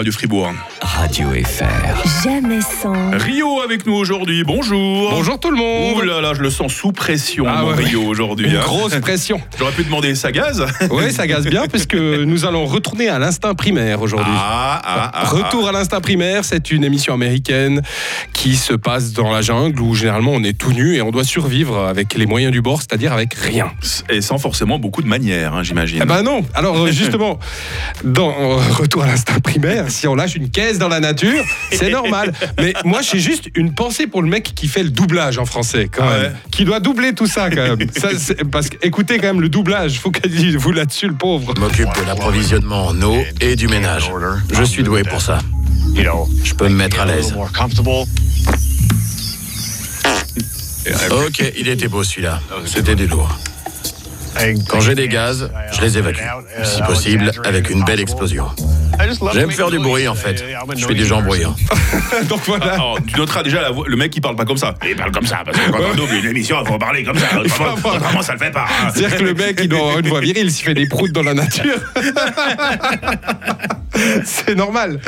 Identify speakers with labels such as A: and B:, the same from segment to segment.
A: Radio Fribourg.
B: Radio FR.
C: Jamais sans,
A: Rio avec nous aujourd'hui, bonjour.
D: Bonjour tout le monde
A: Ouh là là, je le sens sous pression,
D: Ah
A: mon
D: ouais.
A: Rio, aujourd'hui.
D: Une
A: hein.
D: grosse pression.
A: J'aurais pu demander sa gaz.
D: Oui, ça gaze bien puisque nous allons retourner à l'instinct primaire aujourd'hui.
A: Ah, ah, ah,
D: Retour à l'instinct primaire, c'est une émission américaine qui se passe dans la jungle où généralement on est tout nu et on doit survivre avec les moyens du bord, c'est-à-dire avec rien.
A: ah. Et sans forcément beaucoup de manières, hein, j'imagine.
D: Eh ben non. Alors euh, justement, dans euh, Retour à l'instinct primaire, si on lâche une caisse dans la nature, c'est normal. Mais moi, j'ai juste une pensée pour le mec qui fait le doublage en français, quand
A: Ah
D: même,
A: ouais.
D: qui doit doubler tout ça, quand même. Ça, c'est- parce que écoutez quand même le doublage. Faut qu'elle vous là-dessus, le pauvre.
E: m'occupe de l'approvisionnement en eau et du ménage. Je suis doué pour ça. Je peux me mettre à l'aise. Ok, il était beau celui-là. C'était du lourd. Quand j'ai des gaz, je les évacue. Si possible, avec une belle explosion. J'aime faire du bruit en fait. Je suis des gens bruyants.
D: Donc voilà.
A: Ah, Alors, tu noteras déjà la voix- le mec qui parle pas comme ça. Il parle comme ça, parce que quand on double une émission, il faut en parler comme ça. Autrement,
D: avoir-
A: autrement, ça le fait pas. hein.
D: C'est-à-dire que le mec, il doit avoir une voix virile, il fait des proutes dans la nature. C'est normal.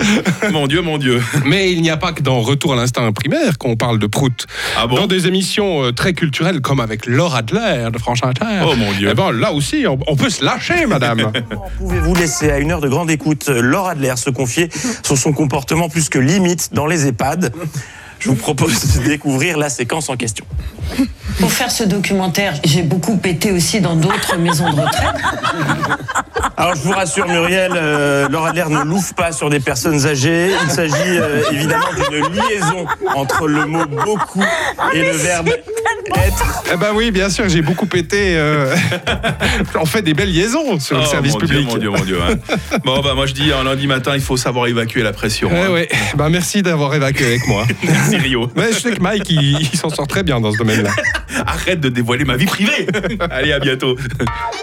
A: Mon Dieu, mon Dieu.
D: Mais il n'y a pas que dans Retour à l'instinct primaire qu'on parle de proutes.
A: Ah bon
D: dans des émissions euh, très culturelles comme avec Laura Adler de France Inter.
A: Oh mon Dieu.
D: Eh ben, là aussi, on, on peut se lâcher, madame.
F: Pouvez-vous laisser à une heure de grande écoute Laura Adler se confier sur son comportement plus que limite dans les EHPAD Je vous propose de découvrir la séquence en question.
G: Pour faire ce documentaire, j'ai beaucoup pété aussi dans d'autres maisons de retraite.
F: Alors je vous rassure Muriel, euh, Laura Adler ne louve pas sur des personnes âgées. Il s'agit euh, évidemment d'une liaison entre le mot beaucoup et le verbe être.
D: eh ben oui, bien sûr, j'ai beaucoup pété. euh, on fait des belles liaisons sur le
A: Oh,
D: service
A: mon Dieu,
D: public.
A: mon Dieu, mon Dieu. hein. Bon, bah, moi, je dis, un lundi matin, il faut savoir évacuer la pression.
D: Eh
A: hein.
D: ouais. Ben, merci d'avoir évacué avec moi.
A: Merci, Rio.
D: Mais je sais que Mike, il, il s'en sort très bien dans ce domaine-là.
A: Arrête de dévoiler ma vie privée. Allez, à bientôt.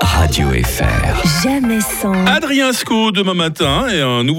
B: Radio FR.
C: jamais sans.
A: Adrien Sco demain matin et un nouveau.